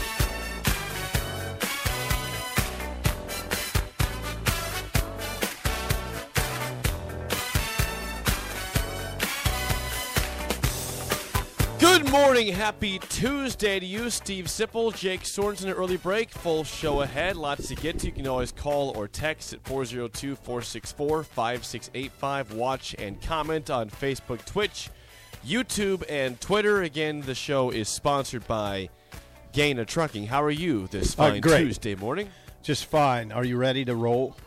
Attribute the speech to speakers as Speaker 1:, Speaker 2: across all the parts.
Speaker 1: Good morning, happy Tuesday to you, Steve Sipple, Jake Sorensen at early break. Full show ahead, lots to get to. You can always call or text at 402 464 5685. Watch and comment on Facebook, Twitch, YouTube, and Twitter. Again, the show is sponsored by Gaina Trucking. How are you this
Speaker 2: Uh,
Speaker 1: fine
Speaker 2: great.
Speaker 1: Tuesday morning?
Speaker 2: Just fine. Are you ready to roll?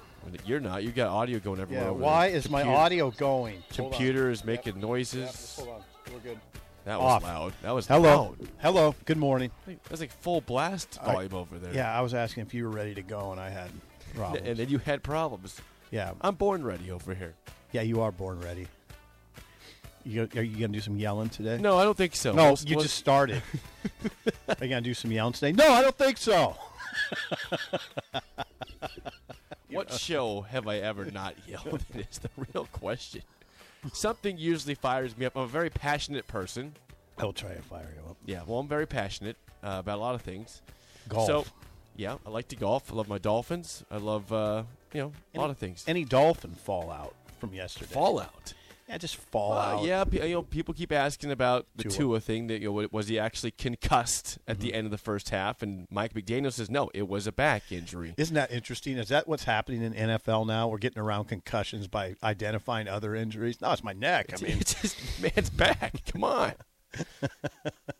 Speaker 1: You're not. You've got audio going everywhere.
Speaker 2: Yeah.
Speaker 1: over
Speaker 2: Why
Speaker 1: there.
Speaker 2: is my
Speaker 1: Computer-
Speaker 2: audio going? Hold on.
Speaker 1: Computer is making
Speaker 2: Yep,
Speaker 1: noises.
Speaker 2: just hold on. We're good.
Speaker 1: that was
Speaker 2: off.
Speaker 1: loud. That was
Speaker 2: Hello.
Speaker 1: loud.
Speaker 2: Hello. Good morning.
Speaker 1: That was like full blast volume over there.
Speaker 2: Yeah, I was asking if you were ready to go, and I had problems.
Speaker 1: And then you had problems.
Speaker 2: yeah.
Speaker 1: I'm born ready over here.
Speaker 2: Yeah, you are born ready. You, go- are you gonna do some yelling today?
Speaker 1: No, I don't think so.
Speaker 2: No,
Speaker 1: We'll-
Speaker 2: you
Speaker 1: we'll-
Speaker 2: just started. are you gonna do some yelling today? No, I don't think so.
Speaker 1: What show have I ever not yelled at? Is the real question. Something usually fires me up. I'm a very passionate person.
Speaker 2: I'll try to fire you up.
Speaker 1: Yeah, well, I'm very passionate uh, about a lot of things.
Speaker 2: Golf.
Speaker 1: So, yeah, I like to golf. I love my dolphins. I love, uh, you know, a lot of things.
Speaker 2: Any dolphin fallout from yesterday?
Speaker 1: Fallout.
Speaker 2: Yeah, just
Speaker 1: Uh,
Speaker 2: fallout.
Speaker 1: yeah, pe- you know, people keep asking about the
Speaker 2: Tua. Mm-hmm.
Speaker 1: Tua thing. That you know, was he actually concussed at the end of the first half? And Mike McDaniel says no, it was a back injury.
Speaker 2: Isn't that interesting? Is that what's happening in NFL now? We're getting around concussions by identifying other injuries. No, it's my neck. I mean,
Speaker 1: it's his man's back. Come on,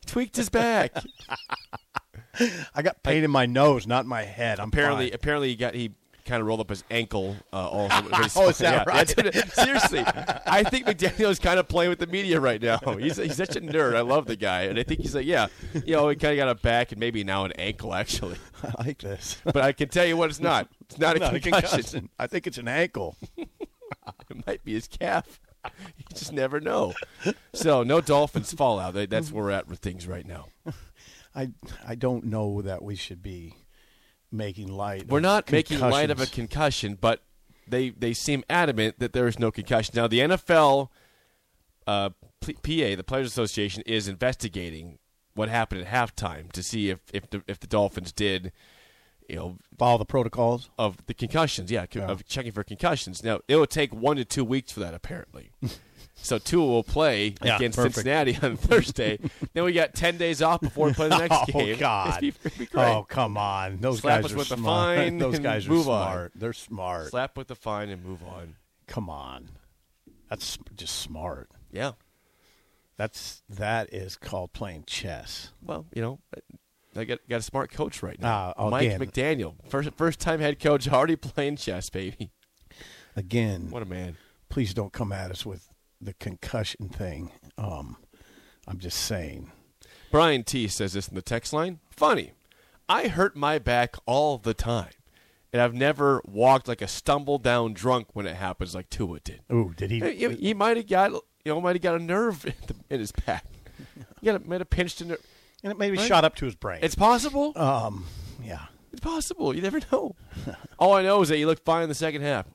Speaker 1: tweaked his back.
Speaker 2: I got pain in my nose, not my head. I'm
Speaker 1: Apparently,
Speaker 2: fine.
Speaker 1: apparently he got he kind of rolled up his ankle. Uh, also, But he's-
Speaker 2: Oh, is that right?
Speaker 1: that's what it- seriously, I think McDaniel is kind of playing with the media right now. He's he's such a nerd. I love the guy, and I think he's like, yeah, you know, he kind of got a back and maybe now an ankle actually.
Speaker 2: I like this.
Speaker 1: But I can tell you what, it's not. It's not a
Speaker 2: Not a
Speaker 1: concussion.
Speaker 2: concussion. I think it's an ankle.
Speaker 1: It might be his calf. You just never know. So no dolphins fallout. That- That's where we're at with things right now.
Speaker 2: I I don't know that we should be making light.
Speaker 1: We're
Speaker 2: of
Speaker 1: not making light of a
Speaker 2: concussions.
Speaker 1: concussion, but they they seem adamant that there is no concussion. Now the NFL, uh, P- PA, the Players Association, is investigating what happened at halftime to see if if the, if the Dolphins did, you know,
Speaker 2: follow the protocols.
Speaker 1: of the concussions. Yeah, con-
Speaker 2: Yeah.
Speaker 1: of checking for concussions. Now it will take one to two weeks for that apparently. so Tua will play
Speaker 2: Yeah,
Speaker 1: against
Speaker 2: perfect.
Speaker 1: Cincinnati on Thursday. then we got ten days off before we play the next
Speaker 2: oh
Speaker 1: game. It'd
Speaker 2: God!
Speaker 1: be- it'd be great.
Speaker 2: oh come on! Those
Speaker 1: Slap
Speaker 2: guys
Speaker 1: us
Speaker 2: are
Speaker 1: with a
Speaker 2: smart.
Speaker 1: fine
Speaker 2: Those
Speaker 1: and
Speaker 2: guys are
Speaker 1: move on.
Speaker 2: smart. They're smart.
Speaker 1: Slap with the fine and move on.
Speaker 2: Come on, that's just smart.
Speaker 1: Yeah.
Speaker 2: That's that is called playing chess.
Speaker 1: Well, you know, I got got a smart coach right now.
Speaker 2: Ah, oh,
Speaker 1: Mike
Speaker 2: again.
Speaker 1: McDaniel, first first time head coach, already playing chess, baby.
Speaker 2: Again,
Speaker 1: What a man.
Speaker 2: please don't come at us with the concussion thing. Um, I'm just saying.
Speaker 1: Brian T says this in the text line. Funny, I hurt my back all the time, and I've never walked like a stumble down drunk when it happens, like Tua did.
Speaker 2: Ooh, did he?
Speaker 1: He, he might have got Uh, you know might have got a nerve in, the, in his back. He got a, might have pinched a nerve.
Speaker 2: and it maybe shot up to his brain.
Speaker 1: It's possible.
Speaker 2: um, yeah.
Speaker 1: It's possible. You never know. All I know is that he looked fine in the second half.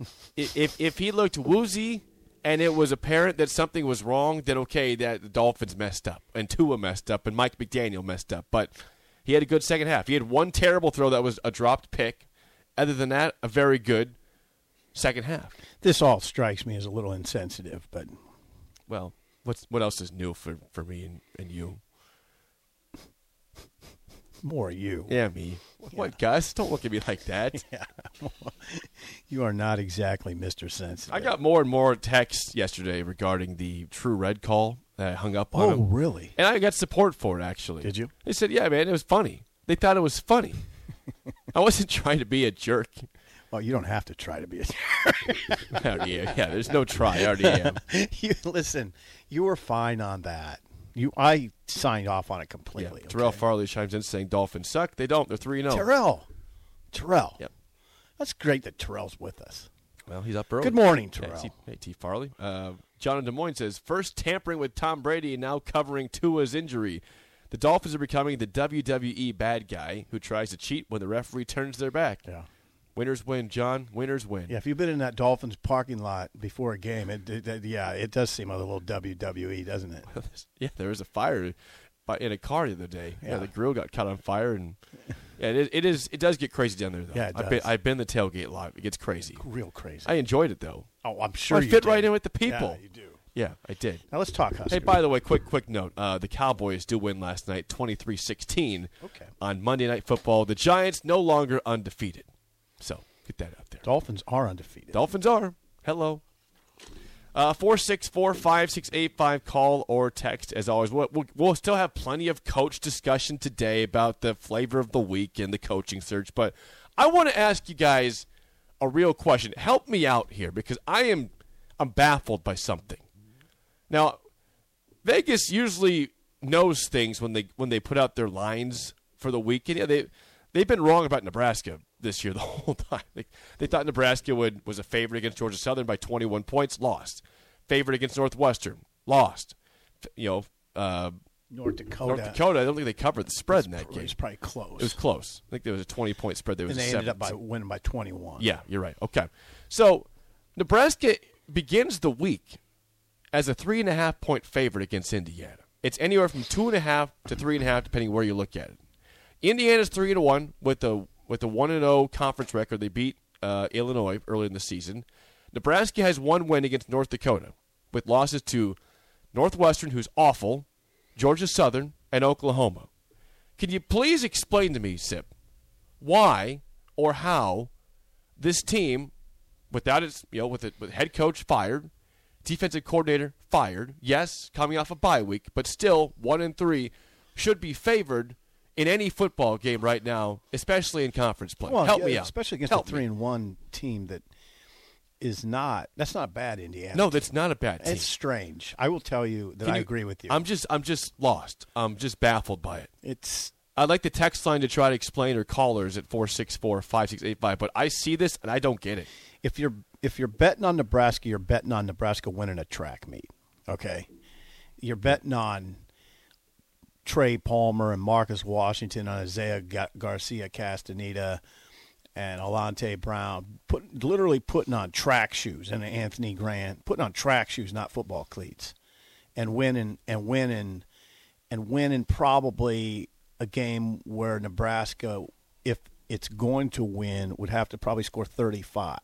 Speaker 1: I- if if he looked woozy and it was apparent that something was wrong, then okay, that the Dolphins messed up and Tua messed up and Mike McDaniel messed up. But he had a good second half. He had one terrible throw that was a dropped pick. Other than that, a very good second half.
Speaker 2: This all strikes me as a little insensitive, but
Speaker 1: Well, what's what else is new for, for me and, and you?
Speaker 2: more you.
Speaker 1: Yeah, me. What, Gus? Don't look at me like that.
Speaker 2: You are not exactly Mr. Sensitive.
Speaker 1: I got more and more texts yesterday regarding the true red call that I hung up on.
Speaker 2: Oh,
Speaker 1: 'em.
Speaker 2: really?
Speaker 1: And I got support for it, actually.
Speaker 2: Did you?
Speaker 1: They said, yeah, man, it was funny. They thought it was funny. I wasn't trying to be a jerk.
Speaker 2: Well, you don't have to try to be a.
Speaker 1: I already am. Yeah, there's no try. I already am.
Speaker 2: you listen. You were fine on that. You, I signed off on it
Speaker 1: Yeah.
Speaker 2: completely.
Speaker 1: Terrell
Speaker 2: okay?
Speaker 1: oh. Farley chimes in saying Dolphins suck. They don't. They're 3 0.
Speaker 2: Terrell. Terrell.
Speaker 1: Yep.
Speaker 2: That's great that Terrell's with us.
Speaker 1: Well, he's up early.
Speaker 2: Good morning,
Speaker 1: Hey,
Speaker 2: Terrell.
Speaker 1: T, hey, T. Farley. Uh, John in Des Moines says first tampering with Tom Brady and now covering Tua's injury. The Dolphins are becoming the WWE bad guy who tries to cheat when the referee turns their back.
Speaker 2: Yeah.
Speaker 1: Winners win, John. Winners win.
Speaker 2: Yeah, if you've been in that Dolphins parking lot before a game, it, it, it- yeah, it does seem a little WWE, doesn't it?
Speaker 1: yeah, there was a fire by, in a car the other day. Yeah,
Speaker 2: Yeah.
Speaker 1: the grill got caught on fire, and yeah, it is, it is. It does get crazy down there, though.
Speaker 2: Yeah, it
Speaker 1: I've been,
Speaker 2: does.
Speaker 1: I've been the tailgate lot. It gets crazy.
Speaker 2: Real crazy.
Speaker 1: I enjoyed it though.
Speaker 2: oh, I'm sure
Speaker 1: I
Speaker 2: you
Speaker 1: fit
Speaker 2: did.
Speaker 1: right in with the people.
Speaker 2: Yeah, you do.
Speaker 1: Yeah, I did.
Speaker 2: Now let's talk Huskers.
Speaker 1: Hey, by the way, quick quick note. Uh, the Cowboys do win last night, 23-16
Speaker 2: Okay.
Speaker 1: on Monday Night Football. The Giants no longer undefeated. So, get that out there.
Speaker 2: Dolphins are undefeated.
Speaker 1: Dolphins are. Hello. Uh, 464-5685, call or text, as always. We'll, we'll, we'll still have plenty of coach discussion today about the flavor of the week and the coaching search, but I want to ask you guys a real question. Help me out here because I am I'm baffled by something. Now, Vegas usually knows things when they when they put out their lines for the weekend. Yeah, they they've been wrong about Nebraska this year the whole time. They, they thought Nebraska would was a favorite against Georgia Southern by 21 points, lost. Favorite against Northwestern, lost. F- You know, uh,
Speaker 2: North Dakota.
Speaker 1: North Dakota. I don't think they covered the spread in that
Speaker 2: It
Speaker 1: game.
Speaker 2: was probably close.
Speaker 1: It was close. I think there was a 20 point spread. There was
Speaker 2: and
Speaker 1: a
Speaker 2: they ended
Speaker 1: seven.
Speaker 2: up by winning by 21.
Speaker 1: Yeah, you're right. Okay. So Nebraska begins the week as a three and a half point favorite against Indiana. It's anywhere from two and a half to three and a half, depending where you look at it. Indiana's three and one with the with the one and zero conference record. They beat uh, Illinois early in the season. Nebraska has one win against North Dakota, with losses to Northwestern, who's awful, Georgia Southern, and Oklahoma. Can you please explain to me, Sip, why or how this team, without its you know with it with head coach fired, defensive coordinator fired, yes, coming off a bye week, but still one and three should be favored in any football game right now, especially in conference play.
Speaker 2: Well,
Speaker 1: Help
Speaker 2: yeah,
Speaker 1: me out,
Speaker 2: Especially against
Speaker 1: Help
Speaker 2: a 3
Speaker 1: me.
Speaker 2: and 1 team that is not, that's not bad, Indiana.
Speaker 1: No, that's not a bad team.
Speaker 2: It's strange. I will tell you that
Speaker 1: Can
Speaker 2: I
Speaker 1: you-
Speaker 2: agree with you.
Speaker 1: I'm just I'm just lost. I'm just baffled by it.
Speaker 2: it's
Speaker 1: I'd like the text line to try to explain or callers at 464-5685, but I see this and I don't get it.
Speaker 2: if you're if you're betting on Nebraska, you're betting on Nebraska winning a track meet. Okay, you're betting on Trey Palmer and Marcus Washington, on Isaiah Ga- Garcia Castaneda, and Alante Brown. Put literally putting on track shoes and Anthony Grant putting on track shoes, not football cleats, and winning and winning and winning probably a game where Nebraska, if it's going to win, would have to probably score 35.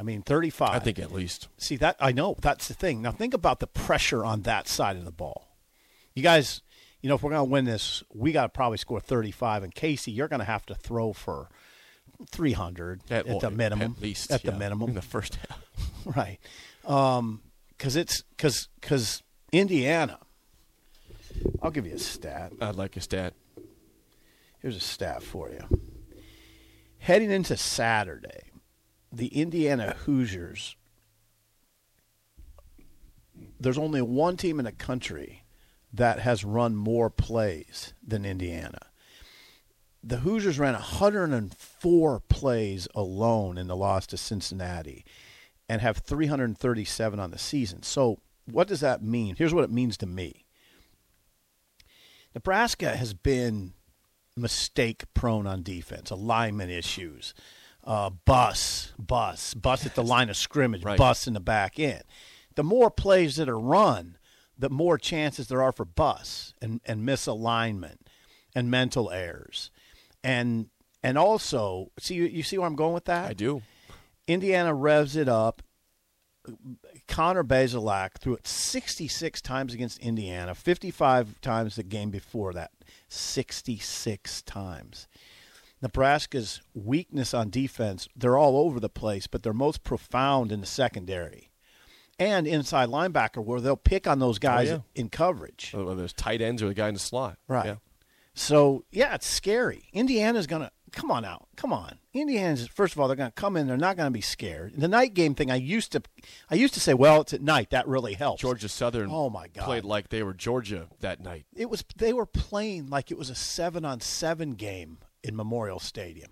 Speaker 2: I mean, 35.
Speaker 1: I think at least.
Speaker 2: See that I know that's the thing. Now think about the pressure on that side of the ball. You guys, you know, if we're going to win this, we got to probably score 35. And Casey, you're going to have to throw for 300 at,
Speaker 1: well,
Speaker 2: the minimum.
Speaker 1: At least.
Speaker 2: at
Speaker 1: yeah,
Speaker 2: the
Speaker 1: In
Speaker 2: minimum,
Speaker 1: the first half.
Speaker 2: right? Because it's because because Indiana. I'll give you a stat.
Speaker 1: I'd like a stat.
Speaker 2: Here's a stat for you. Heading into Saturday, the Indiana Hoosiers, there's only one team in the country that has run more plays than Indiana. The Hoosiers ran 104 plays alone in the loss to Cincinnati and have 337 on the season. So, what does that mean? Here's what it means to me. Nebraska has been mistake prone on defense, alignment issues, uh, bus, bus, bus at the line of scrimmage,
Speaker 1: Right.
Speaker 2: bus in the back end. The more plays that are run, the more chances there are for bus and, and misalignment and mental errors. And and also, see you, you see where I'm going with that?
Speaker 1: I do.
Speaker 2: Indiana revs it up. Connor Basilak threw it 66 times against Indiana, 55 times the game before that, 66 times. Nebraska's weakness on defense, they're all over the place, but they're most profound in the secondary and inside linebacker, where they'll pick on those guys
Speaker 1: yeah.
Speaker 2: in coverage.
Speaker 1: Whether there's tight ends or the guy in the slot.
Speaker 2: Right.
Speaker 1: Yeah.
Speaker 2: So yeah, it's scary. Indiana's gonna come on out. Come on, Indiana's. First of all, they're gonna come in. They're not gonna be scared. The night game thing, I used to, I used to say, well, it's at night. That really helps.
Speaker 1: Georgia Southern
Speaker 2: Oh, my God.
Speaker 1: played like they were Georgia that night.
Speaker 2: It was they were playing like it was a seven on seven game in Memorial Stadium.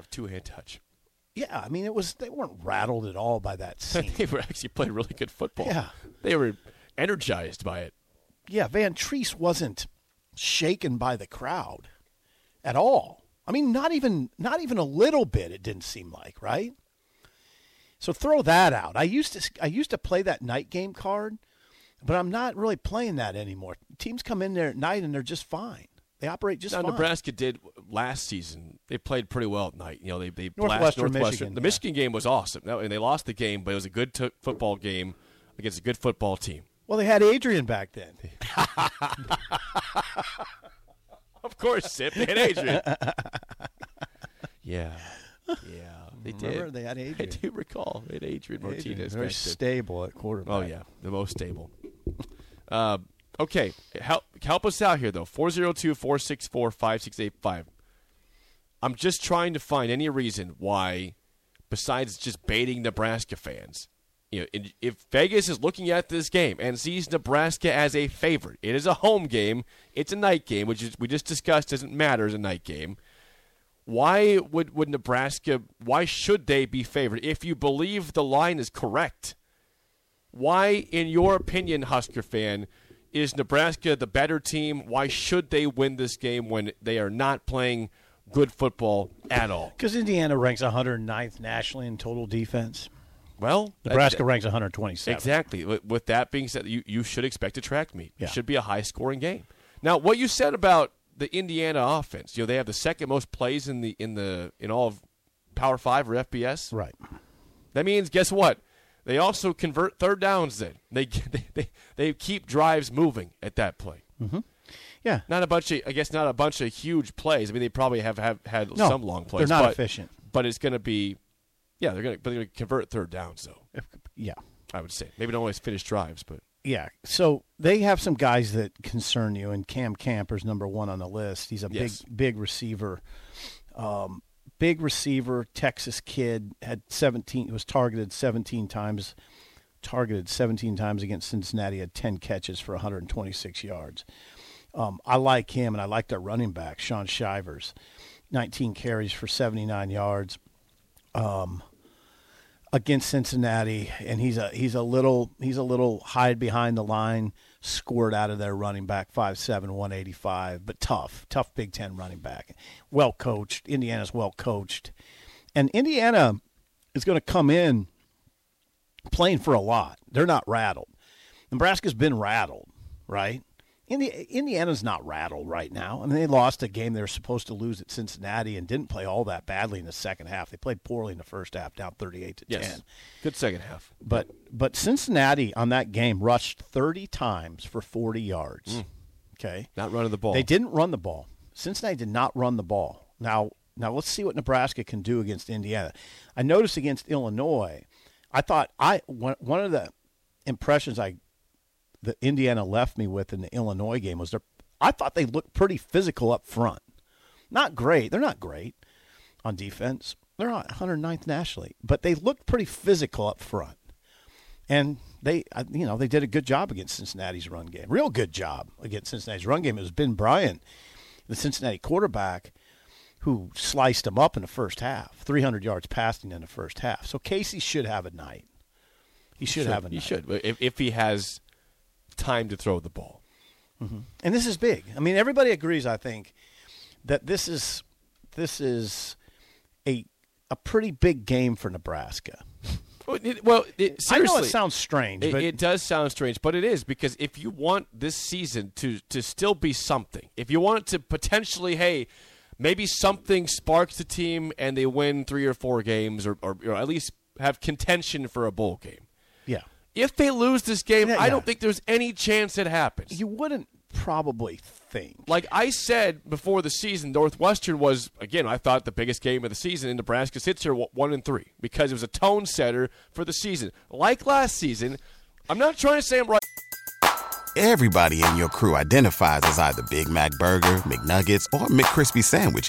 Speaker 1: Of two hand touch.
Speaker 2: Yeah, I mean, it was they weren't rattled at all by that scene.
Speaker 1: they were actually playing really good football.
Speaker 2: Yeah.
Speaker 1: They were energized by it.
Speaker 2: yeah, Van Treese wasn't shaken by the crowd at all. I mean, not even not even a little bit. It didn't seem like right. So throw that out. I used to I used to play that night game card, but I'm not really playing that anymore. Teams come in there at night and they're just fine. They operate just
Speaker 1: Now,
Speaker 2: fine.
Speaker 1: Nebraska did last season. They played pretty well at night. You know, they they blasted
Speaker 2: Northwestern,
Speaker 1: Northwestern.
Speaker 2: Michigan,
Speaker 1: the
Speaker 2: yeah.
Speaker 1: Michigan game was awesome, That- and they lost the game, but it was a good t- football game against a good football team.
Speaker 2: Well, they had Adrian back then.
Speaker 1: Of course, Sip and Adrian. yeah, yeah, they
Speaker 2: Mm, Remember
Speaker 1: did.
Speaker 2: they had
Speaker 1: I
Speaker 2: Adrian.
Speaker 1: do recall they had Adrian
Speaker 2: Adrian,
Speaker 1: Martinez.
Speaker 2: very
Speaker 1: back then.
Speaker 2: stable at quarterback.
Speaker 1: Oh yeah, the most stable. uh, okay, help help us out here though. 402-464-5685. I'm just trying to find any reason why, besides just baiting Nebraska fans, you know, in- if Vegas is looking at this game and sees Nebraska as a favorite, it is a home game, it's a night game, which is, we just discussed doesn't matter as a night game. Why would, would Nebraska? Why should they be favored? If you believe the line is correct, why, in your opinion, Husker fan, is Nebraska the better team? Why should they win this game when they are not playing good football at all?
Speaker 2: Because Indiana ranks 109th nationally in total defense.
Speaker 1: Well, that-
Speaker 2: Nebraska ranks 127th.
Speaker 1: Exactly. With with that being said, you, you should expect a track meet.
Speaker 2: Yeah.
Speaker 1: It should be a high scoring game. Now, what you said about the Indiana offense, you know, they have the second most plays in the in the in all of Power Five or FBS.
Speaker 2: Right.
Speaker 1: That means guess what? They also convert third downs. Then they they they, they keep drives moving at that point.
Speaker 2: Yeah.
Speaker 1: not a bunch of I guess not a bunch of huge plays. I mean, they probably have, have had
Speaker 2: No,
Speaker 1: some long
Speaker 2: they're
Speaker 1: plays.
Speaker 2: not
Speaker 1: but,
Speaker 2: efficient.
Speaker 1: but it's going to be, yeah, they're going to but they're going to convert third downs though.
Speaker 2: Yeah.
Speaker 1: I would say maybe don't always finish drives, but
Speaker 2: Yeah. So they have some guys that concern you, and Cam Camper's number one on the list. He's a
Speaker 1: Yes.
Speaker 2: big, big receiver. Um, big receiver, Texas kid, had 17, was targeted 17 times, targeted 17 times against Cincinnati, had 10 catches for 126 yards. Um, I like him, and I like their running back, Sean Shivers, 19 carries for 79 yards. against Cincinnati, and he's a he's a little he's a little hide behind the line, scored out of their running back 5'7", 185, but tough, tough Big Ten running back, well coached. Indiana's well coached, and Indiana is going to come in playing for a lot. They're not rattled. Nebraska's been rattled, right? Indi- Indiana's not rattled right now. I mean, they lost a game they were supposed to lose at Cincinnati and didn't play all that badly in the second half. They played poorly in the first half, down thirty-eight to
Speaker 1: yes,
Speaker 2: ten.
Speaker 1: good second half.
Speaker 2: But but Cincinnati on that game rushed 30 times for 40 yards. Okay.
Speaker 1: Not running the ball.
Speaker 2: They didn't run the ball. Cincinnati did not run the ball. Now now let's see what Nebraska can do against Indiana. I noticed against Illinois, I thought I one one of the impressions I that Indiana left me with in the Illinois game was their I thought they looked pretty physical up front. Not great. They're not great on defense. They're not 109th nationally, but they looked pretty physical up front. And they, I- you know, they did a good job against Cincinnati's run game. Real good job against Cincinnati's run game. It was Ben Bryant, the Cincinnati quarterback, who sliced them up in the first half. 300 yards passing in the first half. So Casey should have a night. He should, have a night.
Speaker 1: He should if, if he has time to throw the ball.
Speaker 2: and this is big. I mean, everybody agrees, I think, that this is this is a a pretty big game for Nebraska.
Speaker 1: Well, it, well, it- seriously,
Speaker 2: I know it sounds strange,
Speaker 1: It,
Speaker 2: but
Speaker 1: it does sound strange, but it is because if you want this season to to still be something, if you want it to potentially, hey, maybe something sparks the team and they win three or four games, or or, or at least have contention for a bowl game.
Speaker 2: yeah,
Speaker 1: If they lose this game,
Speaker 2: Yeah,
Speaker 1: I
Speaker 2: yeah.
Speaker 1: don't think there's any chance it happens.
Speaker 2: you wouldn't probably think.
Speaker 1: like I said before the season, Northwestern was again. I thought the biggest game of the season, and Nebraska sits here wa- one and three because it was a tone setter for the season. Like last season, I'm not trying to say I'm right.
Speaker 3: Everybody in your crew identifies as either Big Mac Burger, McNuggets, or McCrispy Sandwich.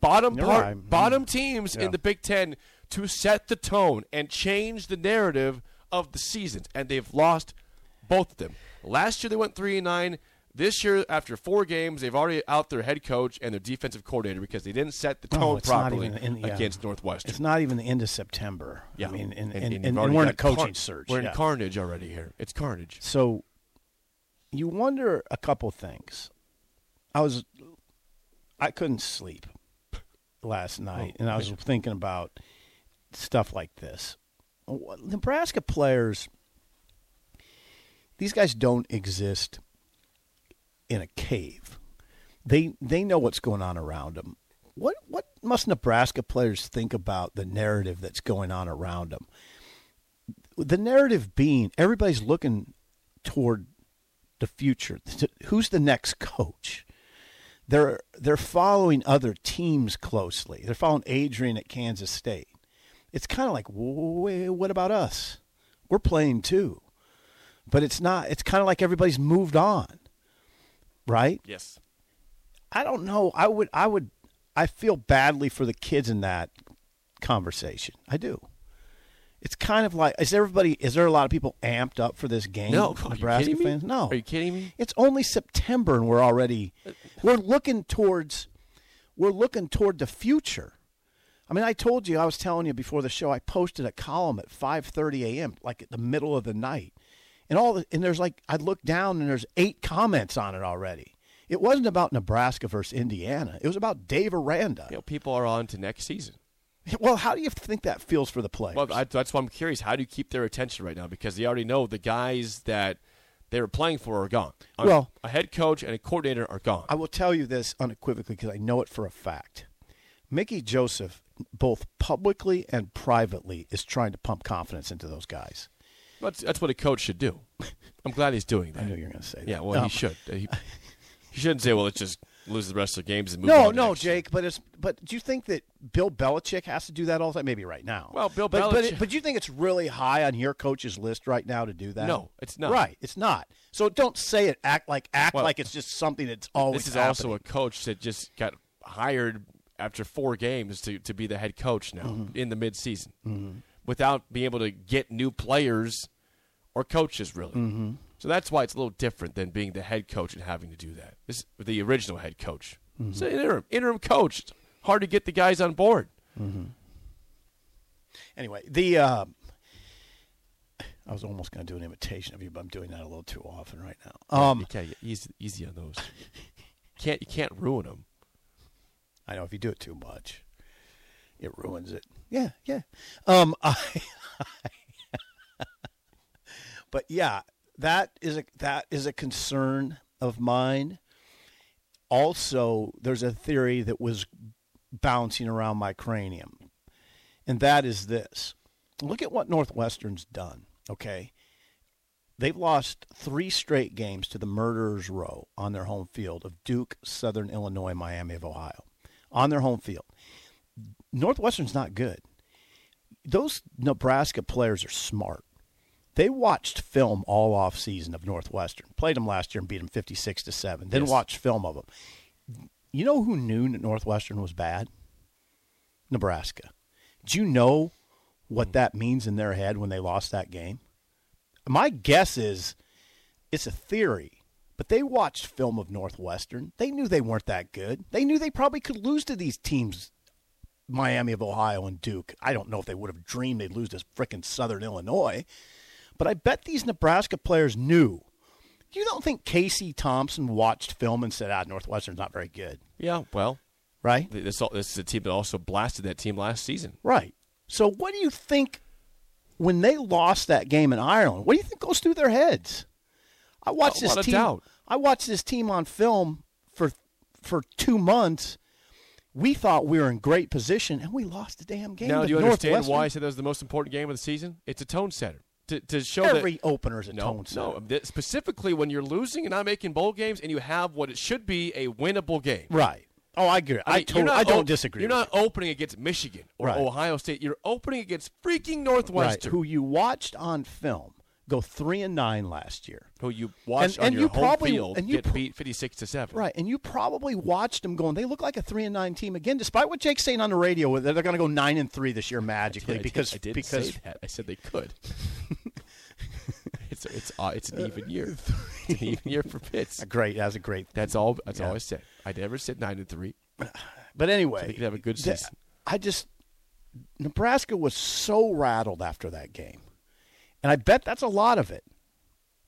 Speaker 1: bottom
Speaker 2: You're
Speaker 1: part,
Speaker 2: right.
Speaker 1: bottom teams
Speaker 2: Yeah.
Speaker 1: in the Big Ten to set the tone and change the narrative of the seasons, and they've lost both of them. Last year they went three and nine. This year, after four games, they've already out their head coach and their defensive coordinator because they didn't set the
Speaker 2: No,
Speaker 1: tone
Speaker 2: it's not
Speaker 1: properly
Speaker 2: even in- yeah.
Speaker 1: against Northwestern.
Speaker 2: It's not even the end of September. I mean, and, and, and,
Speaker 1: you've already
Speaker 2: we're in
Speaker 1: got
Speaker 2: a coaching
Speaker 1: car-
Speaker 2: surge.
Speaker 1: We're in
Speaker 2: yeah.
Speaker 1: carnage already here. It's carnage.
Speaker 2: So you wonder a couple things. I was I couldn't sleep last night and I was thinking about stuff like this. What- Nebraska players these guys don't exist in a cave. They they know what's going on around them. What what must Nebraska players think about the narrative that's going on around them? the narrative being everybody's looking toward the future. Who's the next coach? They're they're following other teams closely. They're following Adrian at Kansas State. It's kind of like, wait, what about us? We're playing too, but it's not. It's kind of like everybody's moved on, right?
Speaker 1: Yes.
Speaker 2: I don't know. I would I would I feel badly for the kids in that conversation. I do. It's kind of like is everybody is there a lot of people amped up for this game?
Speaker 1: No. Are you
Speaker 2: Nebraska
Speaker 1: kidding me?
Speaker 2: fans. No.
Speaker 1: Are you kidding me?
Speaker 2: It's only September and we're already we're looking towards we're looking toward the future. I mean, I told you I was telling you before the show. I posted a column at 5:30 a.m. like at the middle of the night, and all the, and there's like I looked down and there's eight comments on it already. It wasn't about Nebraska versus Indiana. It was about Dave Aranda.
Speaker 1: You know, people are on to next season.
Speaker 2: Well, how do you think that feels for the players?
Speaker 1: Well, I, that's why I'm curious. How do you keep their attention right now? Because they already know the guys that they were playing for are gone. A-
Speaker 2: Well-
Speaker 1: a head coach and a coordinator are gone.
Speaker 2: I will tell you this unequivocally because I know it for a fact. Mickey Joseph, both publicly and privately, is trying to pump confidence into those guys.
Speaker 1: that's, that's what a coach should do. I'm glad he's doing that.
Speaker 2: I knew you were going to say that.
Speaker 1: Yeah, well, he
Speaker 2: Um,
Speaker 1: should. He, he shouldn't say, "Well, let's just lose the rest of the games and move on."
Speaker 2: No,
Speaker 1: to
Speaker 2: no,
Speaker 1: next year."
Speaker 2: Jake, but it's but do you think that Bill Belichick has to do that all the time? Maybe right now.
Speaker 1: Well, Bill
Speaker 2: but, but,
Speaker 1: Belichick-
Speaker 2: it, but do you think it's really high on your coach's list right now to do that?
Speaker 1: No, it's not.
Speaker 2: Right, it's not. So don't say it. Act like act
Speaker 1: Well,
Speaker 2: like it's just something that's always.
Speaker 1: This is also a coach that just got hired after four games to, to be the head coach now
Speaker 2: Mm-hmm.
Speaker 1: in the midseason without being able to get new players or coaches, really.
Speaker 2: Mm-hmm.
Speaker 1: So that's why it's a little different than being the head coach and having to do that. This is the original head coach.
Speaker 2: Mm-hmm.
Speaker 1: It's an interim, interim coach. It's hard to get the guys on board.
Speaker 2: anyway. The uh, I was almost going to do an imitation of you, but I'm doing that a little too often right now. Um,
Speaker 1: you can't get easy, easy on those. can't, you can't ruin them.
Speaker 2: I know if you do it too much, it ruins it. Yeah, yeah. Um, I, but yeah, that is a that is a concern of mine. Also, there's a theory that was bouncing around my cranium, and that is this: look at what Northwestern's done. Okay, They've lost three straight games to the murderers row on their home field of Duke, Southern Illinois, Miami of Ohio. On their home field. Northwestern's not good. Those Nebraska players are smart. They watched film all off season of Northwestern. Played them last year and beat them 56 to 7. Then
Speaker 1: Yes.
Speaker 2: watched film of them. You know who knew that Northwestern was bad? Nebraska. Do you know what that means in their head when they lost that game? my guess is it's a theory, but they watched film of Northwestern. They knew they weren't that good. They knew they probably could lose to these teams, Miami of Ohio and Duke. I don't know if they would have dreamed they'd lose to frickin' Southern Illinois, but I bet these Nebraska players knew. You don't think Casey Thompson watched film and said, ah, Northwestern's not very good,
Speaker 1: Yeah, well,
Speaker 2: right?
Speaker 1: th- this, all, this is a team that also blasted that team last season.
Speaker 2: Right. So what do you think when they lost that game in Ireland? What do you think goes through their heads? I watched
Speaker 1: A lot
Speaker 2: this
Speaker 1: of
Speaker 2: team.
Speaker 1: doubt.
Speaker 2: I watched this team on film for for two months. We thought we were in great position, and we lost the damn game.
Speaker 1: Now,
Speaker 2: to
Speaker 1: do you understand
Speaker 2: Northwestern.
Speaker 1: why I said that was the most important game of the season? It's a tone setter. to, to show that
Speaker 2: Every opener is a
Speaker 1: no,
Speaker 2: tone
Speaker 1: no.
Speaker 2: setter.
Speaker 1: That- specifically when you're losing and not making bowl games, and you have what it should be a winnable game.
Speaker 2: Right. Oh, I agree. I,
Speaker 1: mean, you're
Speaker 2: totally,
Speaker 1: not
Speaker 2: I
Speaker 1: o-
Speaker 2: don't disagree.
Speaker 1: You're
Speaker 2: with
Speaker 1: not opening against Michigan or
Speaker 2: Right.
Speaker 1: Ohio State. You're opening against freaking
Speaker 2: you. right.
Speaker 1: Northwestern,
Speaker 2: Who you watched on film go three and nine last year.
Speaker 1: who, you watched
Speaker 2: And-
Speaker 1: on
Speaker 2: and
Speaker 1: your
Speaker 2: you
Speaker 1: home
Speaker 2: probably-
Speaker 1: field
Speaker 2: and you
Speaker 1: get
Speaker 2: pro-
Speaker 1: beat 56 to seven.
Speaker 2: Right, and you probably watched them going. They look like a three and nine team again, despite what Jake's saying on the radio. That they're going to go nine and three this year magically
Speaker 1: I did-
Speaker 2: because
Speaker 1: I didn't
Speaker 2: because
Speaker 1: say that. I said they could. it's it's uh, it's an even year. It's an even year for Pitts.
Speaker 2: great. That's a great.
Speaker 1: That's all. That's all
Speaker 2: Yeah.
Speaker 1: I said. I never said nine and three.
Speaker 2: But anyway,
Speaker 1: So they could have a good
Speaker 2: th-
Speaker 1: season.
Speaker 2: I just Nebraska was so rattled after that game, and I bet that's a lot of it.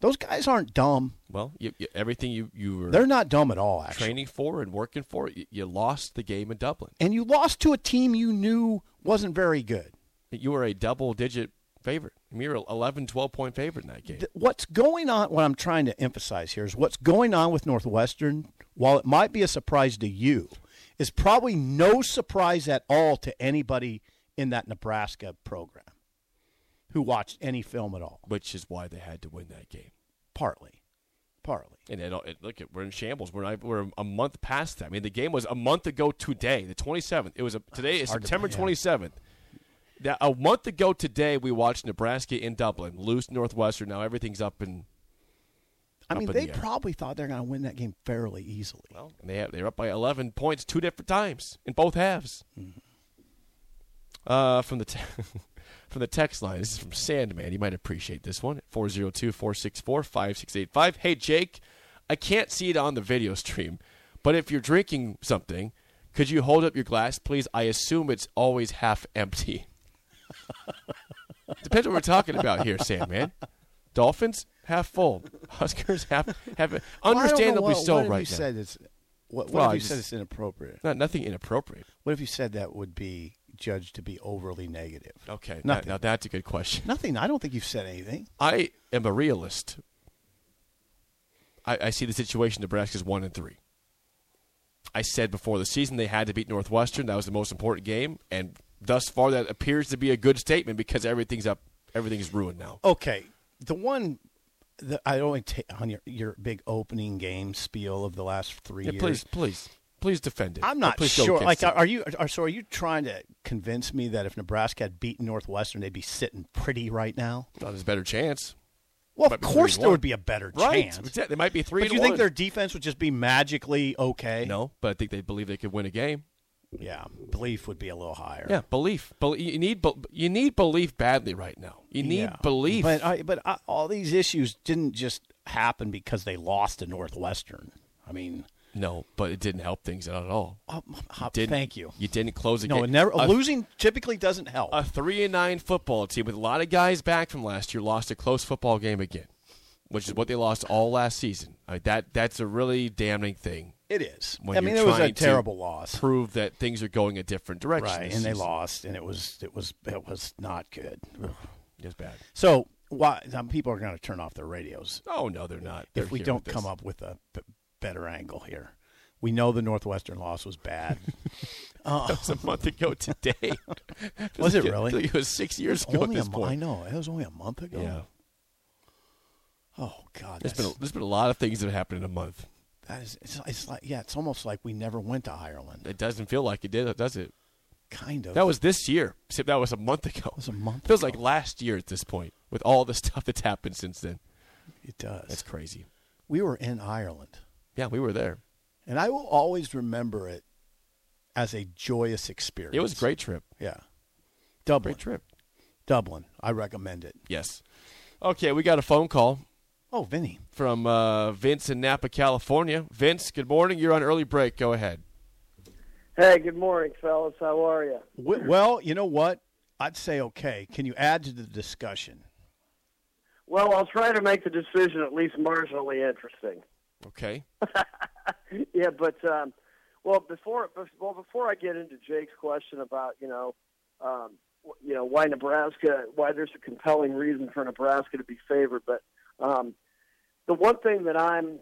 Speaker 2: Those guys aren't dumb.
Speaker 1: Well, you, you, everything you you were
Speaker 2: They're not dumb at all. Actually,
Speaker 1: training for and working for, you, you lost the game in Dublin.
Speaker 2: and you lost to a team you knew wasn't very good.
Speaker 1: You were a double digit favorite. I mean, you were 11, 12 point favorite in that game.
Speaker 2: th- what's going on what i'm trying to emphasize here is what's going on with northwestern while it might be a surprise to you is probably no surprise at all to anybody in that nebraska program who watched any film at all
Speaker 1: which is why they had to win that game.
Speaker 2: partly partly
Speaker 1: And it, it, look, it- we're in shambles. We're not, we're a month past that. I mean, the game was a month ago today, the 27th. It was a, today is
Speaker 2: hard to
Speaker 1: September
Speaker 2: believe.
Speaker 1: 27th. That a month ago today, we watched Nebraska in Dublin lose to Northwestern. Now everything's up and
Speaker 2: i
Speaker 1: Up
Speaker 2: mean
Speaker 1: in
Speaker 2: they
Speaker 1: the air.
Speaker 2: probably thought they're going to win that game fairly easily
Speaker 1: well, and they have, they're up by 11 points two different times in both halves.
Speaker 2: Mm-hmm.
Speaker 1: Uh, from the te- from the text line, this is from Sandman. You might appreciate this one 402-464-5685. Hey Jake, I can't see it on the video stream, but if you're drinking something, could you hold up your glass, please? I assume it's always half empty. Depends what we're talking about here, Sandman. Dolphins half full, Huskers half half. Understandably
Speaker 2: well, I don't know, what,
Speaker 1: so,
Speaker 2: what if
Speaker 1: right
Speaker 2: you
Speaker 1: now.
Speaker 2: said it's what, what
Speaker 1: Well,
Speaker 2: if
Speaker 1: I
Speaker 2: you said
Speaker 1: just-
Speaker 2: it's inappropriate
Speaker 1: Not nothing inappropriate.
Speaker 2: what if you said that would be judged to be overly negative
Speaker 1: Okay, now,
Speaker 2: nothing
Speaker 1: now that's a good question.
Speaker 2: nothing i don't think you've said anything
Speaker 1: I am a realist. I, I see the situation. Nebraska's one and three. I said before the season they had to beat Northwestern. That was the most important game, and thus far that appears to be a good statement because everything's up, everything's ruined now.
Speaker 2: okay, the one that I only take on your, your big opening game spiel of the last three
Speaker 1: Yeah,
Speaker 2: years.
Speaker 1: please, please, please defend it.
Speaker 2: I'm
Speaker 1: Or
Speaker 2: not
Speaker 1: please go
Speaker 2: sure. Like,
Speaker 1: against it.
Speaker 2: are, are you? Are, so, are you trying to convince me that if Nebraska had beaten Northwestern, they'd be sitting pretty right now?
Speaker 1: Well, there's a better chance.
Speaker 2: Well,
Speaker 1: Might
Speaker 2: of
Speaker 1: be three
Speaker 2: course
Speaker 1: to
Speaker 2: there
Speaker 1: one.
Speaker 2: would be a better
Speaker 1: Right?
Speaker 2: chance.
Speaker 1: Exactly. They might be three.
Speaker 2: But
Speaker 1: to
Speaker 2: you think
Speaker 1: one.
Speaker 2: their defense would just be magically okay?
Speaker 1: no? But I think they believe they could win a game.
Speaker 2: Yeah, belief would be a little higher.
Speaker 1: Yeah, belief. Bel- you need bel you need belief badly right now. You need
Speaker 2: Yeah.
Speaker 1: belief.
Speaker 2: But I, but I, all these issues didn't just happen because they lost to Northwestern. I mean,
Speaker 1: no, but it didn't help things out at all.
Speaker 2: oh,
Speaker 1: Didn't,
Speaker 2: thank you.
Speaker 1: You didn't close a
Speaker 2: No,
Speaker 1: game.
Speaker 2: it never
Speaker 1: a,
Speaker 2: losing typically doesn't help.
Speaker 1: a three and nine football team with a lot of guys back from last year lost a close football game again, which is what they lost all last season. I mean, that that's a really damning thing.
Speaker 2: it is.
Speaker 1: When
Speaker 2: I mean,
Speaker 1: you're
Speaker 2: it was a
Speaker 1: trying to
Speaker 2: terrible loss,
Speaker 1: Prove that things are going a different direction.
Speaker 2: right? And
Speaker 1: this
Speaker 2: they
Speaker 1: season.
Speaker 2: lost, and it was it was it was not good. Ugh.
Speaker 1: It's bad.
Speaker 2: So why some people are going to turn off their radios
Speaker 1: Oh no, they're not. They're
Speaker 2: if we
Speaker 1: here
Speaker 2: don't
Speaker 1: with
Speaker 2: come
Speaker 1: this.
Speaker 2: up with a b- better angle here. We know the Northwestern loss was bad.
Speaker 1: That was a month ago today.
Speaker 2: Was it really?
Speaker 1: Feels like feels like It was six years ago
Speaker 2: only
Speaker 1: at
Speaker 2: a
Speaker 1: this
Speaker 2: mo-
Speaker 1: point.
Speaker 2: I know it was only a month ago.
Speaker 1: Yeah.
Speaker 2: Oh God,
Speaker 1: There's
Speaker 2: that's,
Speaker 1: been, a, there's been a lot of things that have happened in a month.
Speaker 2: that is it's, it's like yeah, it's almost like we never went to Ireland.
Speaker 1: It doesn't feel like it did, does it?
Speaker 2: Kind of.
Speaker 1: That was this year. Except that was a month ago. It
Speaker 2: was a month
Speaker 1: Feels
Speaker 2: ago.
Speaker 1: like last year at this point with all the stuff that's happened since then.
Speaker 2: it. Does
Speaker 1: That's crazy.
Speaker 2: we were in Ireland.
Speaker 1: Yeah, we were there.
Speaker 2: And I will always remember it as a joyous experience.
Speaker 1: It was a great trip.
Speaker 2: Yeah. Dublin.
Speaker 1: Great trip.
Speaker 2: Dublin. I recommend it.
Speaker 1: Yes. Okay, we got a phone call
Speaker 2: Oh, Vinny.
Speaker 1: from uh, Vince in Napa, California. Vince, good morning. You're on early break. Go ahead.
Speaker 4: Hey, good morning, fellas. How are you?
Speaker 2: W- well, you know what? I'd say okay. Can you add to the discussion?
Speaker 4: Well, I'll try to make the decision at least marginally interesting.
Speaker 1: Okay.
Speaker 4: Yeah, but um, well, before bef- well before I get into Jake's question about you know, um, wh- you know why Nebraska, why there's a compelling reason for Nebraska to be favored, but um, the one thing that I'm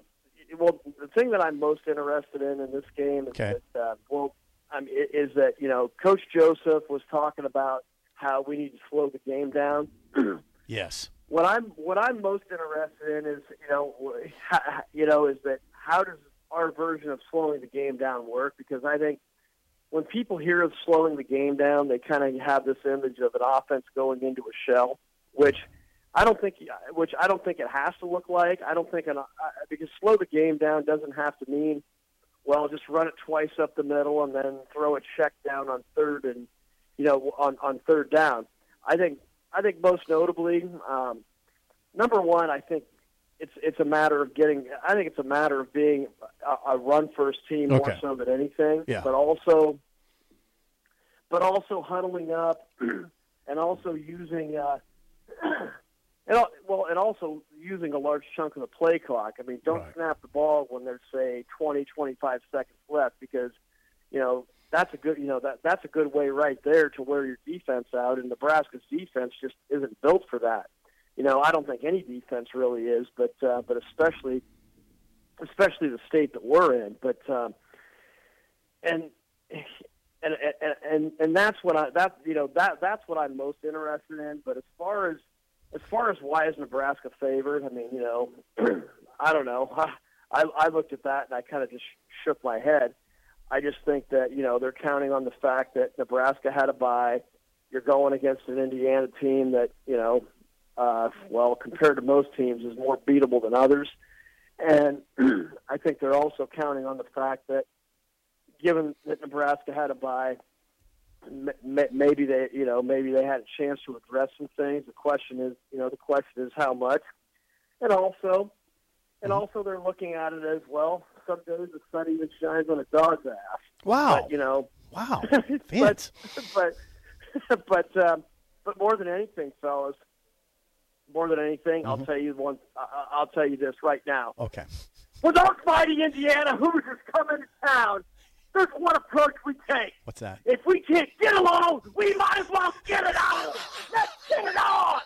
Speaker 4: well, the thing that I'm most interested in in this game is
Speaker 2: Okay.
Speaker 4: that uh, well, I'm, i- is that you know Coach Joseph was talking about how we need to slow the game down.
Speaker 2: Yes.
Speaker 4: what I'm what I'm most interested in is you know wh- you know is that how does our version of slowing the game down work? Because I think when people hear of slowing the game down, they kind of have this image of an offense going into a shell, which I don't think which I don't think it has to look like. I don't think an, I- because slow the game down doesn't have to mean well just run it twice up the middle and then throw a check down on third and you know on on third down. I think I think most notably, um, number one, I think it's it's a matter of getting. I think it's a matter of being a, a run first team more
Speaker 2: Okay.
Speaker 4: so than anything.
Speaker 2: Yeah.
Speaker 4: But also, but also huddling up, and also using. Uh, And al- well, and also using a large chunk of the play clock. I mean, don't
Speaker 2: Right.
Speaker 4: snap the ball when there's say 20, 25 seconds left because you know that's a good you know that that's a good way right there to wear your defense out. And Nebraska's defense just isn't built for that. You know, I don't think any defense really is, but uh, but especially especially the state that we're in. But um, and and and and and that's what I that you know that that's what I'm most interested in. But as far as as far as why is Nebraska favored, I mean, you know, I don't know. I I looked at that and I kind of just shook my head. I just think that you know they're counting on the fact that Nebraska had a bye. You're going against an Indiana team that you know, uh, well, compared to most teams, is more beatable than others. And I think they're also counting on the fact that given that Nebraska had a bye, m- m- maybe they, you know, maybe they had a chance to address some things. The question is, you know, the question is how much, and also, and also they're looking at it as well. Some days the sun even shines on a dog's ass.
Speaker 2: Wow.
Speaker 4: But, you know,
Speaker 2: Wow.
Speaker 4: but,
Speaker 2: Oh. Vince.
Speaker 4: but, but, um, but more than anything, fellas, more than anything, I'll tell you one. I- I- I'll tell you this right now.
Speaker 2: Okay.
Speaker 4: Without fighting Indiana, who's coming to town? There's one approach we take.
Speaker 2: What's that?
Speaker 4: If we can't get along, we might as well get it on. Let's get it on.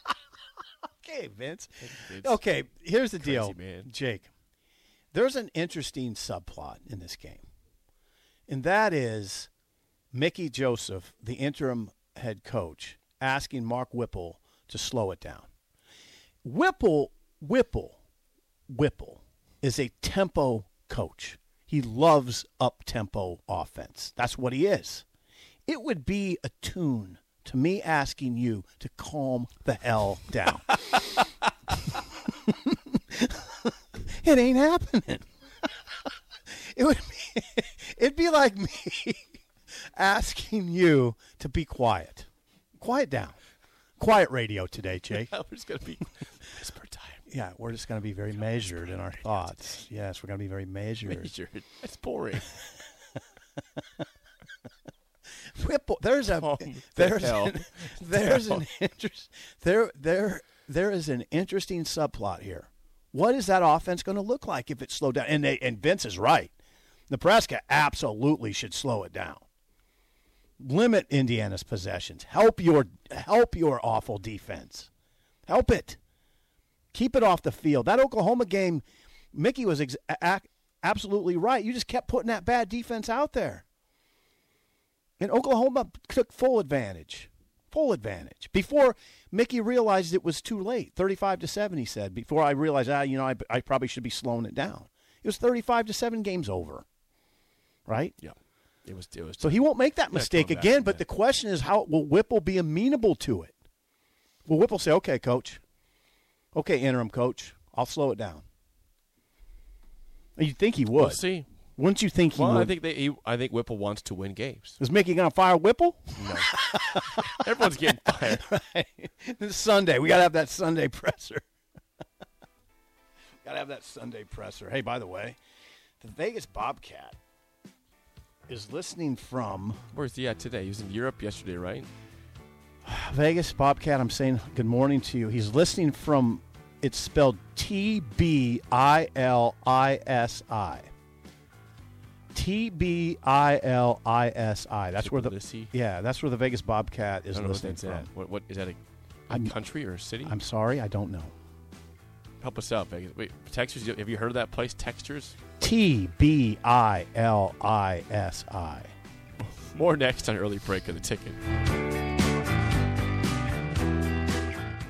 Speaker 2: Okay, Vince. Okay, here's the deal,
Speaker 1: man.
Speaker 2: Jake. There's an interesting subplot in this game, and that is Mickey Joseph, the interim head coach, asking Mark Whipple to slow it down. Whipple, Whipple, Whipple is a tempo coach. He loves up tempo offense. That's what he is. It would be a tune to me asking you to calm the hell down. it ain't happening. it would be, it'd be like me asking you to be quiet. Quiet down. Quiet radio today, Jake.
Speaker 1: We're just gonna be whisper time.
Speaker 2: Yeah, we're just going to be very measured in our thoughts. Yes, we're going to be very measured.
Speaker 1: Sure. That's boring.
Speaker 2: Whipple, there's a
Speaker 1: Calm
Speaker 2: there's
Speaker 1: the hell
Speaker 2: an, there's an interest there there there is an interesting subplot here. What is that offense going to look like if it's slowed down? And they and Vince is right. Nebraska absolutely should slow it down. Limit Indiana's possessions. Help your help your awful defense. Help it. Keep it off the field. That Oklahoma game, Mickey was ex- a- a- absolutely right. You just kept putting that bad defense out there. And Oklahoma took full advantage. Full advantage. Before Mickey realized it was too late. 35 to 7, he said. Before I realized, ah, you know, I, I probably should be slowing it down. It was 35 to 7 games over. Right?
Speaker 1: yeah. It was it was
Speaker 2: So he won't make that
Speaker 1: Yeah,
Speaker 2: mistake
Speaker 1: come back
Speaker 2: again.
Speaker 1: from
Speaker 2: But
Speaker 1: that.
Speaker 2: the question is, how will Whipple be amenable to it? Will Whipple say, okay, coach? Okay, interim coach. I'll slow it down. You'd think he would.
Speaker 1: We'll see.
Speaker 2: Wouldn't you think he
Speaker 1: Well,
Speaker 2: would?
Speaker 1: I think they he, I think Whipple wants to win games.
Speaker 2: is Mickey going to fire Whipple?
Speaker 1: Everyone's getting fired.
Speaker 2: this is Sunday. We got to have that Sunday presser. got to have that Sunday presser. Hey, by the way, the Vegas Bobcat is listening from
Speaker 1: Where's he at today? He was in Europe yesterday, right?
Speaker 2: Vegas Bobcat. I'm saying good morning to you. He's listening from, it's spelled T B I L I S I. T B I L I S I. That's where the
Speaker 1: Tbilisi?
Speaker 2: yeah, that's where the Vegas Bobcat
Speaker 1: E? I
Speaker 2: is
Speaker 1: don't know what
Speaker 2: listening
Speaker 1: that's
Speaker 2: from.
Speaker 1: at. What, what is that? A, a
Speaker 2: I'm-
Speaker 1: country or a city?
Speaker 2: I'm sorry, I don't know.
Speaker 1: Help us out, Vegas. Wait, Textures. Have you heard of that place, Textures?
Speaker 2: T B I L I S I.
Speaker 1: More next on early break of the ticket.